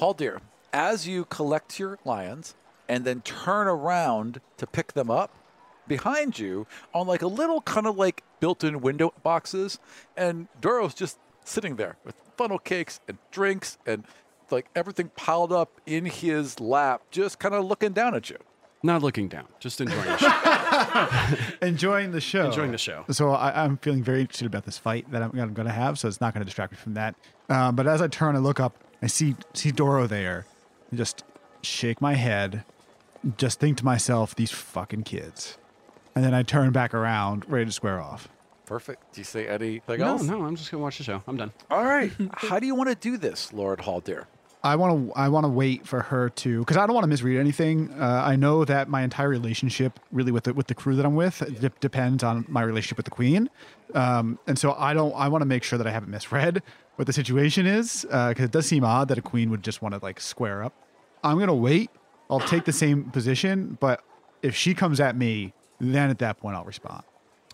S6: Haldir, as you collect your lions and then turn around to pick them up, behind you on like a little kind of like built-in window boxes, and Doro's just sitting there with funnel cakes and drinks and like everything piled up in his lap, just kind of looking down at you.
S7: Not looking down, just enjoying the show.
S4: Enjoying the show.
S7: Enjoying the show.
S4: So I, I'm feeling very interested about this fight that I'm, I'm going to have. So it's not going to distract me from that. Um, but as I turn, I look up. I see see Doro there, and just shake my head. Just think to myself, these fucking kids. And then I turn back around, ready to square off.
S6: Perfect. Do you say anything
S7: No,
S6: else?
S7: no, I'm just gonna watch the show. I'm done.
S6: All right. How do you want to do this, Lord Haldir?
S4: I want to I want to wait for her to because I don't want to misread anything. Uh, I know that my entire relationship really with the, with the crew that I'm with de- depends on my relationship with the Queen, um, and so I don't I want to make sure that I haven't misread what the situation is because it does seem odd that a Queen would just want to like square up. I'm gonna wait. I'll take the same position, but if she comes at me, then at that point I'll respond.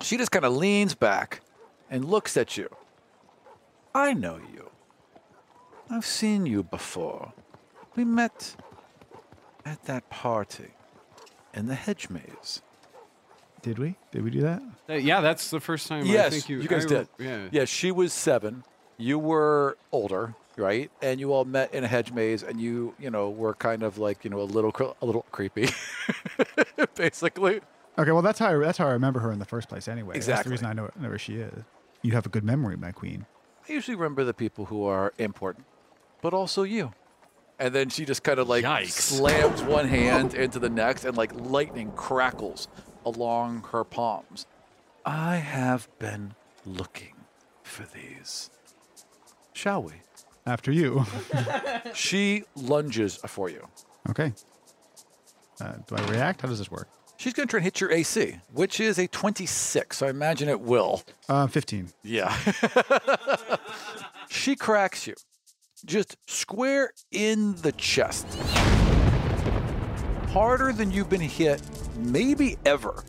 S6: She just kind of leans back and looks at you. I know you. I've seen you before. We met at that party in the hedge maze.
S4: Did we? Did we do that?
S7: Uh, yeah, that's the first time. I
S6: yes,
S7: think you,
S6: you, guys
S7: I-
S6: did.
S7: Yeah.
S6: she was seven. You were older, right? And you all met in a hedge maze, and you, you know, were kind of like, you know, a little, cre- a little creepy, basically.
S4: Okay, well that's how I, that's how I remember her in the first place. Anyway, that's the
S6: Exactly.
S4: reason I know, know where she is. You have a good memory, my Queen.
S6: I usually remember the people who are important, but also you. And then she just kind of like
S7: Yikes.
S6: slams one hand into the next, and like lightning crackles along her palms. I have been looking for these. Shall we?
S4: After you.
S6: She lunges for you.
S4: Okay. Uh, do I react? How does this work?
S6: She's going to try and hit your AC, which is a 26. So I imagine it will.
S4: Uh, 15.
S6: Yeah. she cracks you. Just square in the chest. Harder than you've been hit, maybe ever.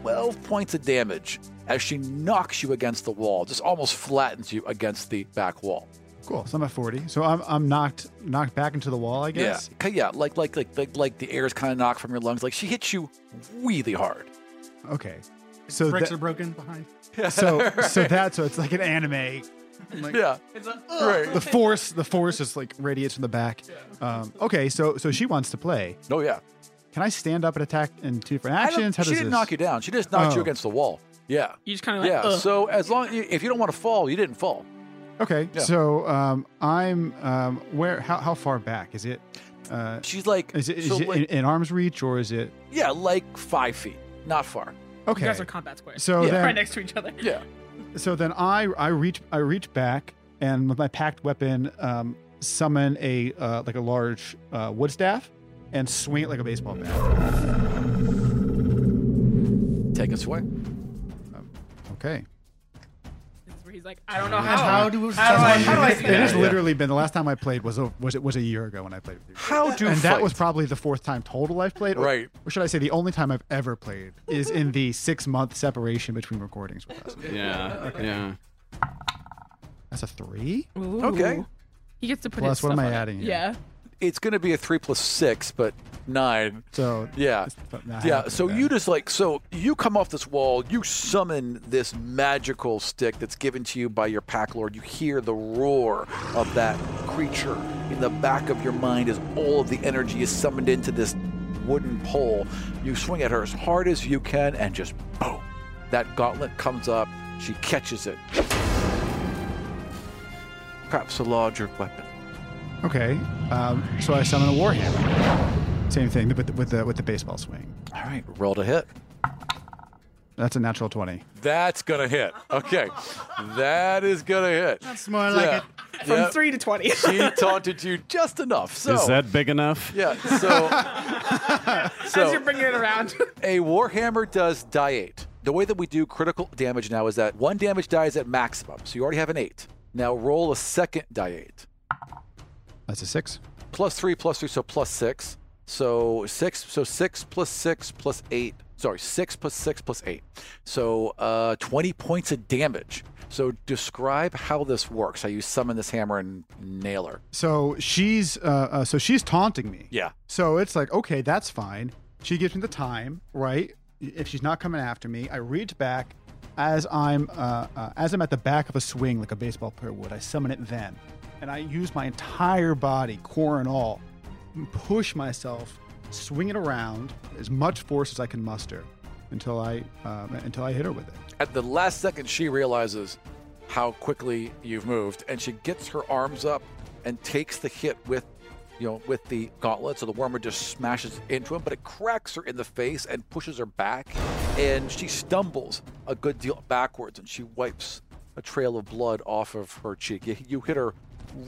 S6: 12 points of damage as she knocks you against the wall, just almost flattens you against the back wall.
S4: Cool. So I'm at 40. So I'm, I'm knocked knocked back into the wall, I guess.
S6: Yeah, Ki- yeah, like like like like, like the air is kind of knocked from your lungs. Like she hits you really hard.
S4: Okay. So
S2: Bricks
S4: that-
S2: are broken behind.
S4: so so that so it's like an anime. Like,
S6: Yeah,
S4: The force the force is like radiates from the back. Um, okay, so so she wants to play.
S6: oh yeah.
S4: Can I stand up and attack in two different
S6: I don't-
S4: actions? How
S6: she
S4: does
S6: didn't
S4: this?
S6: knock you down. She just knocked you
S4: Oh.
S6: against the wall. Yeah.
S5: You just kind of like,
S6: Yeah.
S5: "Ugh."
S6: So as long if you don't want to fall, you didn't fall.
S4: Okay.
S6: Yeah.
S4: So um, I'm um, where how, how far back is it? Uh,
S6: She's like,
S4: is it, is
S6: so
S4: it
S6: like-
S4: in, in arm's reach or is it
S6: yeah, like five feet, not far.
S4: Okay.
S5: You guys are combat squares.
S4: so
S6: Yeah.
S4: then
S5: right next to each other.
S6: Yeah.
S4: So then I I reach I reach back and with my packed weapon um, summon a uh, like a large uh, wood staff and swing it like a baseball bat.
S6: Take us away.
S4: Okay.
S5: That's where he's like, I don't know how.
S2: How do
S5: How do I? How do I?
S4: It has literally been the last time I played was a, was it was a year ago when I played with you.
S6: How do
S4: and that
S6: fight?
S4: was probably the fourth time total I've played. or-
S6: Right.
S4: Or should I say the only time I've ever played is in the six month separation between recordings with us.
S7: Yeah. Yeah.
S4: That's a three?
S5: Ooh.
S6: Okay.
S5: He gets to put
S4: Plus,
S5: his
S4: what am
S5: stuff
S4: I
S5: on it.
S4: adding here?
S5: Yeah.
S6: It's going to be a three plus six, but nine.
S4: So
S6: Yeah.
S4: it's not
S6: Yeah,
S4: happening
S6: so
S4: then.
S6: you just like so you come off this wall, you summon this magical stick that's given to you by your pack lord. You hear the roar of that creature. In the back of your mind is all of the energy is summoned into this wooden pole. You swing at her as hard as you can and just boom. That gauntlet comes up, she catches it. Perhaps a larger weapon.
S4: Okay, um, so I summon a warhammer. Same thing, but with the with the baseball swing.
S6: All right, roll to hit.
S4: That's a natural twenty.
S6: That's gonna hit. Okay. That is gonna hit.
S2: That's more like it.
S5: From
S6: Yep.
S5: three to twenty.
S6: she taunted you just enough. So
S7: Is that big enough?
S6: yeah, so
S5: As you're
S6: so
S5: bringing it around.
S6: a warhammer does die eight. The way that we do critical damage now is that one damage die is at maximum, so you already have an eight. Now roll a second die eight.
S4: That's a six.
S6: plus three plus three so plus six so six so six plus six plus eight sorry six plus six plus eight so uh 20 points of damage so describe how this works how you summon this hammer and nail her
S4: So she's uh, uh so she's taunting me.
S6: yeah
S4: So it's like, okay, that's fine. She gives me the time, right? If she's not coming after me, I reach back as I'm uh, uh, as I'm at the back of a swing, like a baseball player would. I summon it then, and I use my entire body, core and all, and push myself, swing it around as much force as I can muster until I um, until I hit her with it.
S6: at the last second she realizes how quickly you've moved and she gets her arms up and takes the hit with you know with the gauntlet so the wormer just smashes into him but it cracks her in the face and pushes her back and she stumbles a good deal backwards and she wipes a trail of blood off of her cheek you, you hit her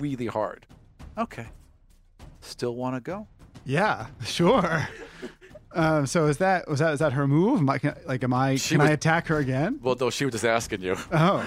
S6: really hard okay still want to go
S4: Yeah, sure. um, so is that was that is that her move? Am I, can, like, am I
S6: She
S4: can I
S6: was-
S4: attack her again?
S6: well no she was just asking you
S4: Oh,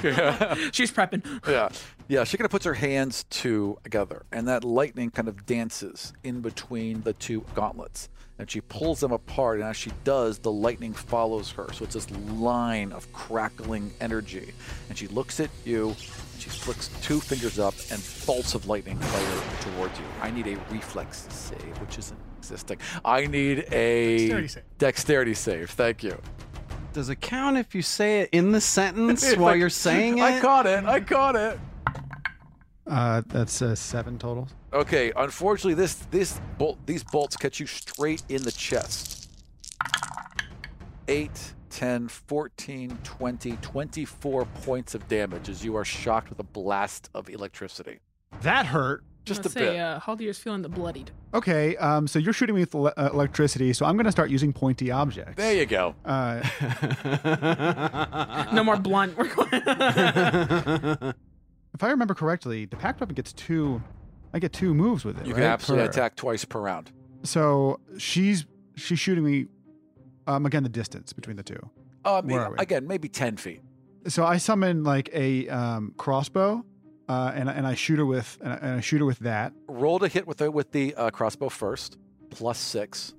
S5: She's prepping.
S6: yeah. Yeah, she kind of puts her hands together, and that lightning kind of dances in between the two gauntlets. And she pulls them apart, and as she does, the lightning follows her. So it's this line of crackling energy. And she looks at you, and she flicks two fingers up, and bolts of lightning fire towards you. I need a reflex save, which isn't existing. I need a
S2: Dexterity save.
S6: Dexterity save. Thank you.
S7: Does it count if you say it in the sentence while you're saying it?
S6: I caught it. I caught it.
S4: uh, that's uh, seven total.
S6: Okay, unfortunately, this this bolt these bolts catch you straight in the chest. 8, 10, 14, 20, 24 points of damage as you are shocked with a blast of electricity.
S4: That hurt.
S6: Just a
S5: Let's say
S6: bit.
S5: uh, Haldir's feeling the bloodied.
S4: Okay, um, so you're shooting me with ele- uh, electricity, so I'm going to start using pointy objects.
S6: there you go.
S4: uh,
S5: no more blunt. We're going.
S4: if I remember correctly, the packed weapon gets two. I get two moves with it.
S6: You
S4: right?
S6: can absolutely
S4: Per-
S6: attack twice per round.
S4: So she's she's shooting me. Um, again, the distance between the two.
S6: Um,
S4: Where are we?
S6: again, maybe 10 feet.
S4: So I summon like a um, crossbow, uh, and and I shoot her with and I, and I shoot her with that
S6: Roll to hit with the, with the uh, crossbow first, plus 6.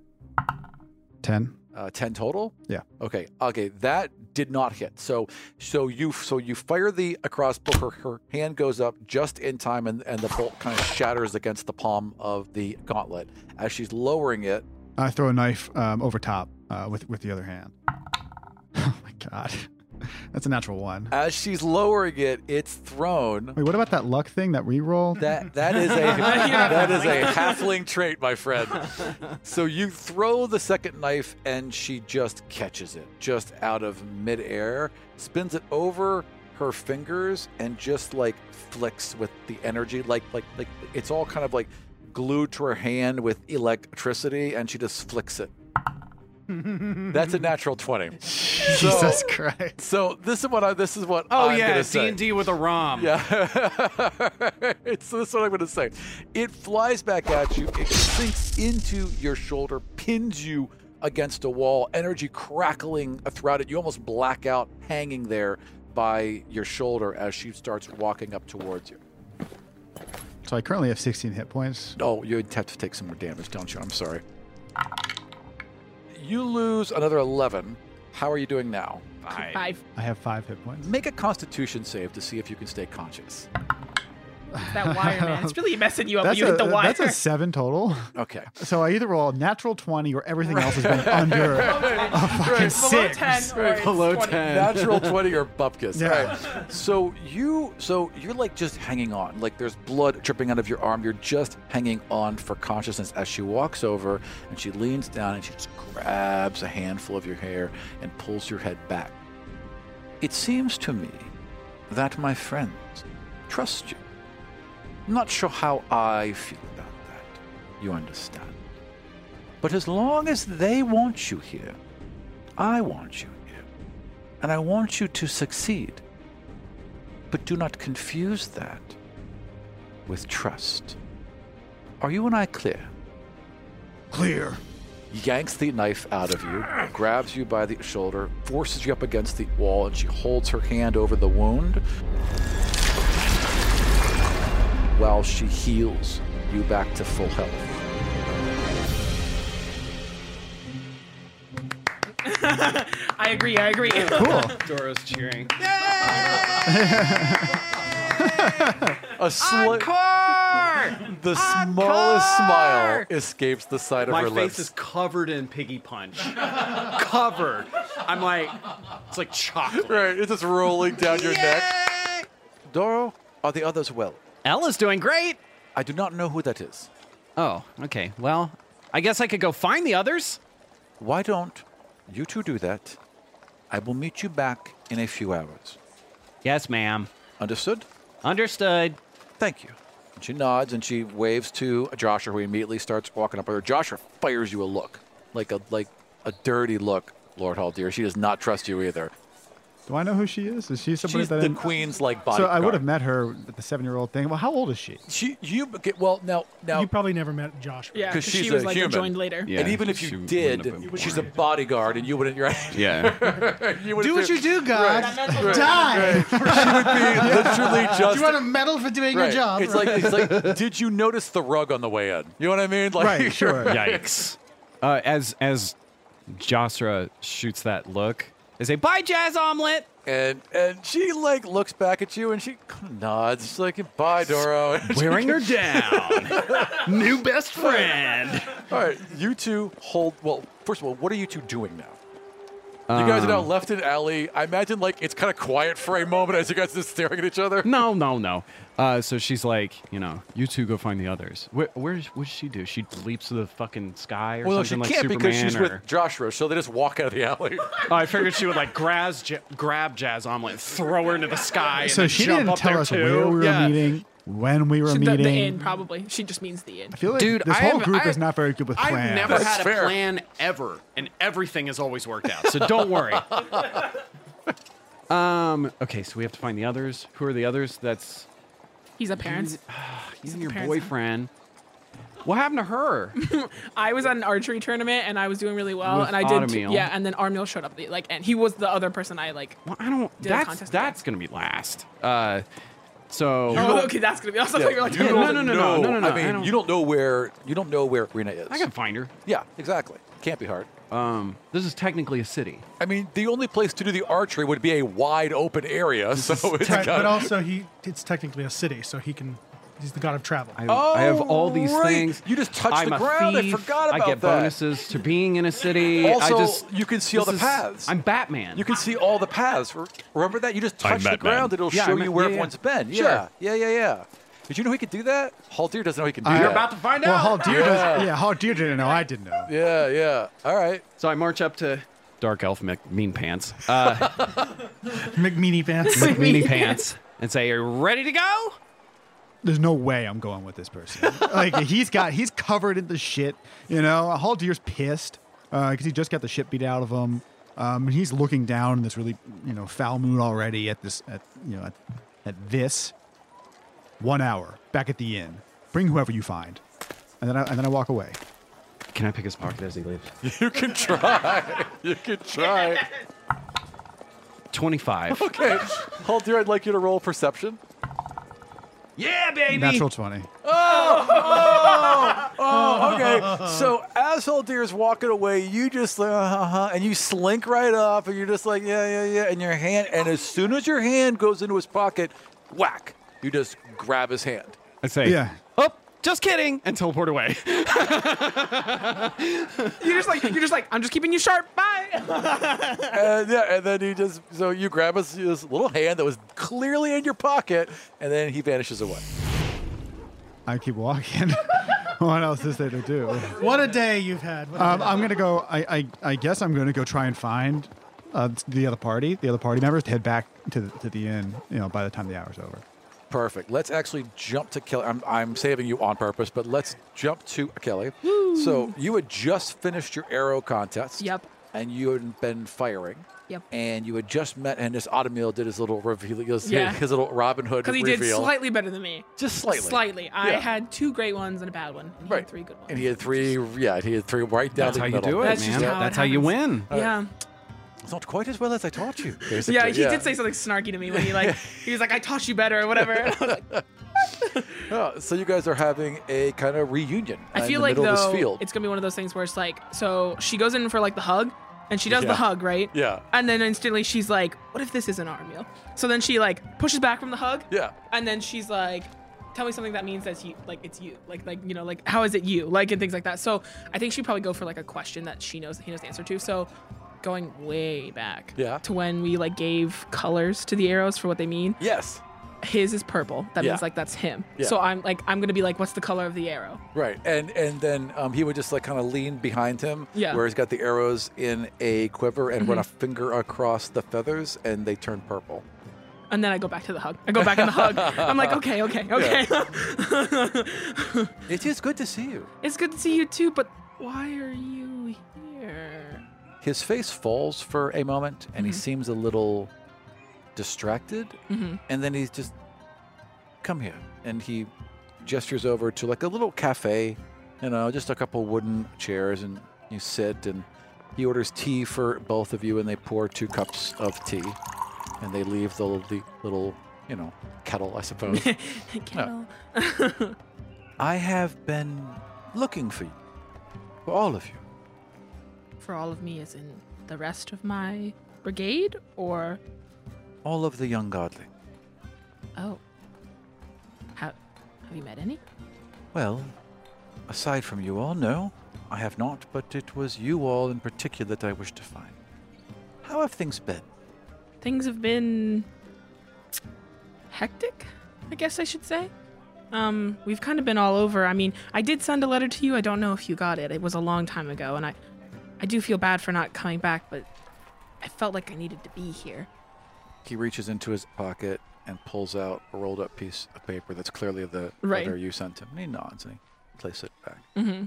S4: ten.
S6: uh, 10 total
S4: Yeah.
S6: okay okay that did not hit so so you so you fire the a crossbow her, her hand goes up just in time and, and the bolt kind of shatters against the palm of the gauntlet as she's lowering it
S4: I throw a knife um, over top uh, with with the other hand. Oh my god, that's a natural one.
S6: as she's lowering it it's thrown
S4: Wait, what about that luck thing that re-roll?
S6: that that is a that is a halfling trait my friend so you throw the second knife and she just catches it just out of midair spins it over her fingers and just like flicks with the energy like like like it's all kind of like glued to her hand with electricity and she just flicks it that's a natural 20 so,
S4: Jesus Christ.
S6: so this is what i this is what
S7: oh
S6: I'm
S7: yeah,
S6: gonna say.
S7: D and D with a ROM.
S6: Yeah. it's, that's what I'm going to say. It flies back at you. It sinks into your shoulder, pins you against a wall, energy crackling throughout it. You almost black out hanging there by your shoulder as she starts walking up towards you.
S4: So I currently have 16 hit points.
S6: Oh, you'd have to take some more damage, don't you? I'm sorry. You lose another 11. How are you doing now?
S5: Five.
S4: I have five hit points.
S6: Make a constitution save to see if you can stay conscious.
S5: It's that wire, man. It's really messing you up. when
S4: That's
S5: You
S4: a,
S5: hit the wire. Oh.
S4: that's a seven total.
S6: Okay.
S4: So I either roll a natural 20 or everything else has been under a fucking
S5: below
S4: six.
S5: ten. Or it's
S7: Below
S5: 20.
S7: ten.
S6: natural 20 or bupkis.
S4: Yeah.
S6: All right. So you so you're like just hanging on. Like there's blood dripping out of your arm. You're just hanging on for consciousness as she walks over and she leans down and she just grabs a handful of your hair and pulls your head back. It seems to me that my friends trust you. Not sure how I feel about that. You understand. But as long as they want you here, I want you here and I want you to succeed. But do not confuse that with trust. Are you and I clear?
S4: Clear.
S6: Yanks the knife out of you, grabs you by the shoulder, forces you up against the wall, and she holds her hand over the wound while she heals you back to full health.
S5: I agree. I agree.
S7: Dora's cheering.
S6: A slight, the smallest smile escapes the side of
S7: My
S6: her
S7: face
S6: lips.
S7: is covered in piggy punch. covered. I'm like, it's like chocolate.
S6: right, it's just rolling down your neck. Doro, are the others well?
S7: Ella's doing great.
S6: I do not know who that is.
S7: Oh, okay. Well, I guess I could go find the others.
S6: Why don't you two do that? I will meet you back in a few hours.
S7: Yes, ma'am.
S6: Understood?
S7: Understood.
S6: Thank you. And she nods and she waves to Joshua, who immediately starts walking up with her. Joshua fires you a look, like a like a dirty look, Lord Haldir. She does not trust you either.
S4: Do I know who she is? Is she somebody
S6: She's
S4: that?
S6: the
S4: I'm-
S6: queen's like
S4: so
S6: bodyguard.
S4: I would have met her at the seven-year-old thing. Well, how old is she?
S6: She you get well now now.
S2: You probably never met Josh.
S5: Yeah,
S6: 'Cause
S5: because she
S6: she's
S5: was
S6: a
S5: like
S6: human.
S5: joined later.
S8: Yeah.
S6: and even if
S8: she
S6: you
S8: wouldn't
S6: did,
S8: have been
S6: she's a
S8: born.
S6: bodyguard, and you wouldn't. Right?
S8: Yeah.
S6: You wouldn't
S2: Do what you do, God. Die.
S6: Literally just.
S2: You want a medal for doing
S6: right.
S2: your job?
S6: It's like it's like. Did you notice the rug on the way in? You know what I mean? Like,
S4: Right. Sure.
S7: Yikes. Uh, as as Josra shoots that look, they say, "Bye, Jazz Omelet."
S6: And and she like looks back at you and she kinda nods. She's like, "Bye, Doro."
S7: Wearing her down. New best friend.
S6: All right, you two hold. Well, first of all, what are you two doing now? you guys are
S8: Um,
S6: now left in alley. I imagine like it's kind of quiet for a moment as you guys are just staring at each other.
S7: No, no, no. Uh, so she's like, you know, you two go find the others. Where, where what does she do? She leaps to the fucking sky or
S6: Well, no, she
S7: something like
S6: can't
S7: Superman.
S6: because she's
S7: or...
S6: with Joshua, so they just walk out of the alley.
S7: Oh, I figured she would like grab, ja- grab Jazz Omelet, and throw her into the sky.
S4: So
S7: and then
S4: she
S7: jump
S4: didn't
S7: up
S4: tell
S7: there
S4: us
S7: too.
S4: where we were
S7: yeah.
S4: meeting, when we were
S5: She- the,
S4: meeting.
S5: the inn probably. She just means the inn.
S4: I feel like
S7: Dude,
S4: this
S7: I
S4: whole
S7: have-
S4: group
S7: I-
S4: is not very good with
S7: I've
S4: plans.
S7: never
S6: That's
S7: had a
S6: fair.
S7: plan ever, and everything has always worked out. So don't worry. um. Okay, so we have to find the others. Who are the others? That's
S5: He's a parent.
S7: he's
S5: a
S7: your
S5: parent.
S7: boyfriend. What happened to her?
S5: I was at an archery tournament and I was doing really well,
S7: With
S5: and I did.
S7: Autumnil.
S5: yeah, and then Armil showed up at the like, and he was the other person I like.
S7: Well, I don't.
S5: Did a
S7: that's
S5: contest.
S7: that's gonna be last. Uh, so
S5: Oh, okay, that's gonna be. Also,
S6: Yeah,
S5: thought you were like,
S6: you
S7: no,
S6: don't
S7: no, no, no, no, no, no,
S6: I mean,
S7: I don't-
S6: you don't know where you don't know where Rena is.
S7: I can find her.
S6: Yeah, exactly. Can't be hard.
S7: Um, this is technically a city.
S6: I mean, the only place to do the archery would be a wide open area, so it's
S2: Right,
S6: got-
S2: but also he it's technically a city, so he can he's the god of travel.
S7: I, I have all these
S6: Oh, right.
S7: things.
S6: You just touched
S7: I'm
S6: the
S7: a
S6: ground. I
S7: thief.
S6: forgot
S7: I
S6: about
S7: get
S6: that.
S7: bonuses to being in a city.
S6: Also,
S7: I just,
S6: you can see all
S7: this
S6: the paths.
S7: I'm Batman.
S6: You can see all the paths. Re- Remember that? You just touch the
S8: Batman.
S6: ground, it'll
S7: Yeah,
S6: show
S7: I'm-
S6: you where
S7: yeah, yeah.
S6: everyone's been.
S7: Sure.
S6: Yeah, yeah, yeah, yeah. Did you know he could do that? Haldir doesn't know he can do
S4: I-
S6: that.
S4: You're about
S7: to find
S4: Well,
S7: out.
S4: Hall Deer
S6: Yeah.
S4: does, yeah, Hall Deer didn't know. I didn't know.
S6: yeah, yeah. All right.
S7: So I march up to Dark Elf Mc- Mean Pants. Uh,
S2: McMeany pants.
S7: meanie Pants. And say, "Are you ready to go?"
S4: There's no way I'm going with this person. like he's got, he's covered in the shit. You know, Hall Deer's pissed because he just got the shit beat out of him. Um, and he's looking down in this really, you know, foul mood already at this, at you know, at, at this one hour back at the inn. Bring whoever you find, and then I, and then I walk away.
S7: Can I pick his pocket as he leaves?
S6: You can try. you can try.
S7: Twenty-five.
S6: Okay. Haldir, I'd like you to roll perception.
S7: yeah, baby.
S4: Natural twenty.
S6: Okay. So as Haldir's walking away, you just, uh, uh, and you slink right up, and you're just like, yeah, yeah, yeah, in your hand. And as soon as your hand goes into his pocket, whack, you just grab his hand.
S7: I say,
S4: Yeah.
S7: Oh, just kidding, and teleport away.
S5: you're just like, you're just like, I'm just keeping you sharp. Bye.
S6: And yeah, and then he just so you grab his, his little hand that was clearly in your pocket, and then he vanishes away.
S4: I keep walking. what else is there to do?
S2: what a day you've had. What a
S4: Um, I'm gonna go. I, I, I guess I'm gonna go try and find uh, the other party, the other party members, to head back to the, to the inn. You know, by the time the hour's over.
S6: Perfect. Let's actually jump to Kelly. I'm, I'm saving you on purpose, but let's jump to Kelly. So you had just finished your arrow contest.
S5: Yep.
S6: And you had been firing.
S5: Yep.
S6: And you had just met, and this Automil did his little reveal, his,
S5: Yeah.
S6: his little Robin Hood
S5: Because he
S6: reveal.
S5: did slightly better than me.
S6: Just slightly.
S5: Slightly. I
S6: Yeah.
S5: had two great ones and a bad one. and he had
S6: Right.
S5: Three good ones.
S6: And he had three, yeah, he had three right down
S7: That's
S6: the
S7: how you
S6: middle.
S7: do it,
S5: That's
S7: man.
S5: just how it
S7: That's how you win.
S6: Uh,
S5: yeah.
S6: It's not quite as well as I taught you.
S5: Yeah,
S6: basically.
S5: he did say something snarky to me when he like he was like, I taught you better or whatever.
S6: Yeah, so you guys are having a kind of reunion
S5: I
S6: in
S5: feel
S6: the
S5: like
S6: middle of
S5: though
S6: this field.
S5: it's gonna be one of those things where it's like, so she goes in for like the hug, and she does
S6: Yeah.
S5: the hug, right?
S6: Yeah.
S5: And then instantly she's like, "What if this isn't our meal?" So then she like pushes back from the hug.
S6: Yeah.
S5: And then she's like, "Tell me something that means that's you, like it's you, like like you know, like how is it you, like and things like that." So I think she'd probably go for like a question that she knows that he knows the answer to. So going way back
S6: Yeah.
S5: to when we like gave colors to the arrows for what they mean
S6: Yes.
S5: his is purple that
S6: Yeah.
S5: means like that's him
S6: Yeah.
S5: so i'm like i'm gonna be like what's the color of the arrow
S6: Right, and and then um, he would just like kind of lean behind him,
S5: Yeah. Mm-hmm.
S6: where he's got the arrows in a quiver and run a finger across the feathers, and they turn purple.
S5: And then I go back to the hug. I go back in the hug. I'm like, okay, okay, okay.
S6: It is good to see you.
S5: it's good to see you too, but why are you here?
S6: His face falls for a moment, and he seems a little distracted, and then he's just come here, and he gestures over to like a little cafe, you know, just a couple wooden chairs, and you sit, and he orders tea for both of you, and they pour two cups of tea, and they leave the, the little, you know, kettle, I suppose.
S5: Kettle.
S6: I have been looking for you, for all of you.
S5: For all of me, as in the rest of my brigade, or
S6: All of the young godly.
S5: oh, have have you met any?
S6: Well, aside from you all, no, I have not, but it was you all in particular that I wished to find. How have things been?
S5: Things have been hectic, I guess I should say. Um, we've kind of been all over. I mean, I did send a letter to you. I don't know if you got it. It was a long time ago, and I, I do feel bad for not coming back, but I felt like I needed to be here.
S6: He reaches into his pocket and pulls out a rolled up piece of paper that's clearly of the
S5: Right.
S6: letter you sent him. And he nods and he places it back.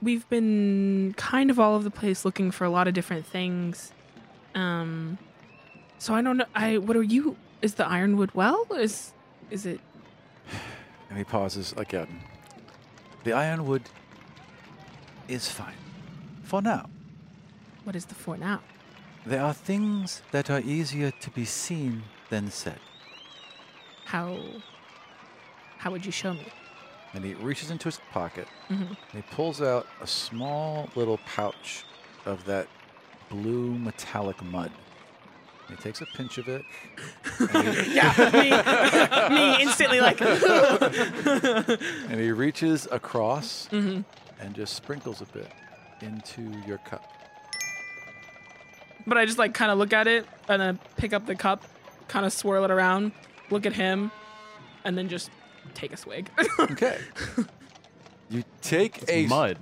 S5: We've been kind of all over the place looking for a lot of different things. Um, so I don't know. I what are you? Is the Ironwood well? Is is it?
S6: And he pauses again. The ironwood is fine. For now.
S5: What is the for now?
S6: There are things that are easier to be seen than said.
S5: How? How would you show me?
S6: And he reaches into his pocket and he pulls out a small little pouch of that blue metallic mud. He takes a pinch of it.
S5: yeah, me, me instantly like
S6: and he reaches across and just sprinkles a bit into your cup.
S5: But I just like kind of look at it and then pick up the cup, kind of swirl it around, look at him, and then just take a swig.
S6: Okay. you take a
S7: mud.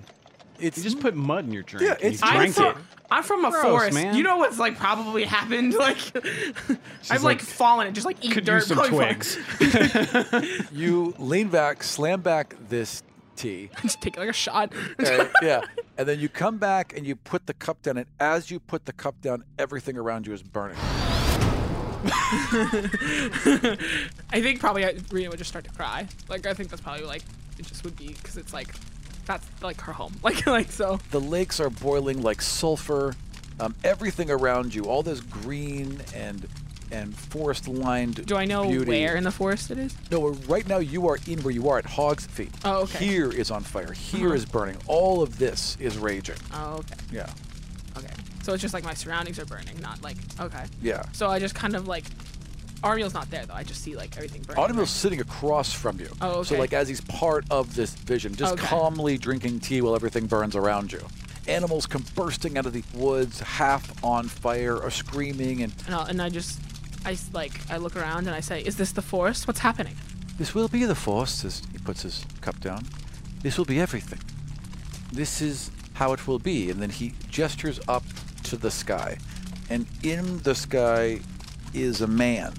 S6: It's
S7: You just put mud in your drink.
S6: Yeah,
S7: and you
S6: it's-
S5: I'm
S7: drank
S5: from,
S7: it.
S5: I'm from a
S7: Gross,
S5: forest.
S7: man.
S5: You know what's like probably happened. Like I've like,
S7: like,
S5: fallen and just like eat
S7: Could use
S5: dirt.
S7: some
S5: probably fall-
S7: twigs.
S6: you lean back, slam back this tea.
S5: just take like a shot.
S6: and- yeah. And then you come back and you put the cup down, and as you put the cup down, everything around you is burning.
S5: I think probably I, Rena would just start to cry. Like I think that's probably like it just would be because it's like that's like her home. Like like so.
S6: The lakes are boiling like sulfur. Um, everything around you, all this green and and forest-lined.
S5: Do I know
S6: beauty.
S5: where in the forest it is?
S6: No, right now you are in where you are at Hog's Feet.
S5: Oh, okay.
S6: Here is on fire. Here is burning. All of this is raging.
S5: Oh okay.
S6: Yeah.
S5: Okay. So it's just like my surroundings are burning, not like okay.
S6: Yeah.
S5: So I just kind of like Armiel's not there though. I just see like everything burning.
S6: Audemars sitting across from you.
S5: Oh,
S6: So
S5: okay.
S6: like as he's part of this vision, just
S5: Okay.
S6: calmly drinking tea while everything burns around you. Animals come bursting out of the woods, half on fire, or screaming, and
S5: And, I'll, and I just I s- like I look around and I say, "Is this the forest? What's happening?"
S6: this will be the force. As he puts his cup down, this will be everything. This is how it will be. And then he gestures up to the sky, and in the sky is a man,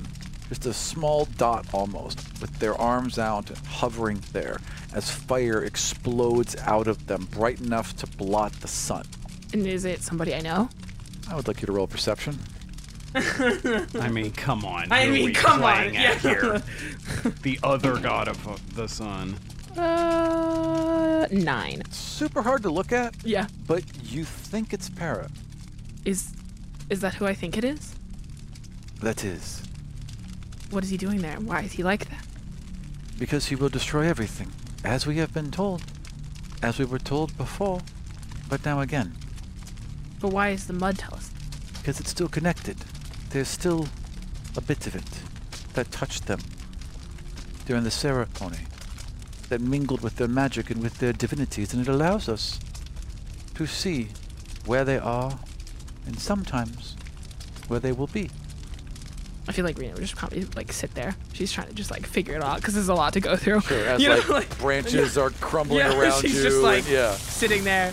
S6: just a small dot almost, with their arms out and hovering there as fire explodes out of them, bright enough to blot the sun.
S5: And is it somebody I know?
S6: I would like you to roll perception.
S7: I mean, come on.
S5: I
S7: who are
S5: mean,
S7: we
S5: come on,
S7: playing at here? the other god of uh, the sun.
S5: Uh, nine.
S6: Super hard to look at,
S5: Yeah.
S6: but you think it's Para.
S5: Is is that who I think it is?
S6: That is
S5: What is he doing there? Why is he like that?
S6: because he will destroy everything, as we have been told, as we were told before, but now again,
S5: But why is the mud tell us?
S6: because it's still connected. There's still a bit of it that touched them during the ceremony, that mingled with their magic and with their divinities, and it allows us to see where they are and sometimes where they will be.
S5: I feel like Rena would just probably like sit there. She's trying to just like figure it out because there's a lot to go through.
S6: As
S5: You know,
S6: like, branches are crumbling
S5: Yeah,
S6: around
S5: she's
S6: you.
S5: just
S6: and-
S5: like
S6: yeah.
S5: sitting there.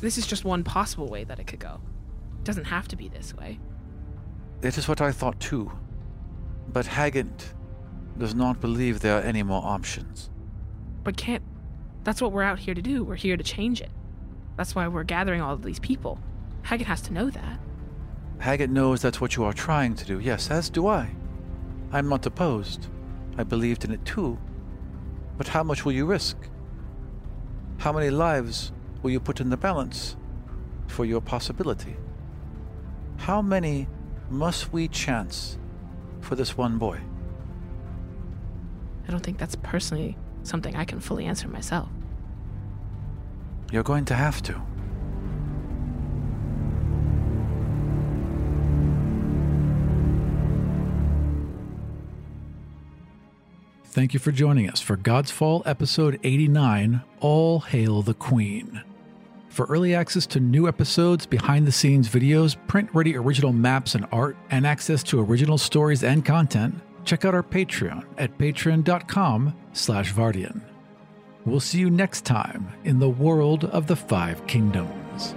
S5: This is just one possible way that it could go. It doesn't have to be this way.
S6: It is what I thought too. But Haggant does not believe there are any more options.
S5: But can't. That's what we're out here to do. We're here to change it. That's why we're gathering all of these people. Haggett has to know that.
S6: Haggett knows that's what you are trying to do, yes, as do I. I'm not opposed. I believed in it too. But how much will you risk? How many lives will you put in the balance for your possibility? How many must we chance for this one boy?
S5: I don't think that's personally something I can fully answer myself.
S6: You're going to have to.
S1: Thank you for joining us for God's Fall, Episode 89 All Hail the Queen. For early access to new episodes, behind the scenes videos, print ready original maps and art, and access to original stories and content, check out our Patreon at patreon.com slash Vardian. We'll see you next time in the world of the Five Kingdoms.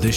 S1: This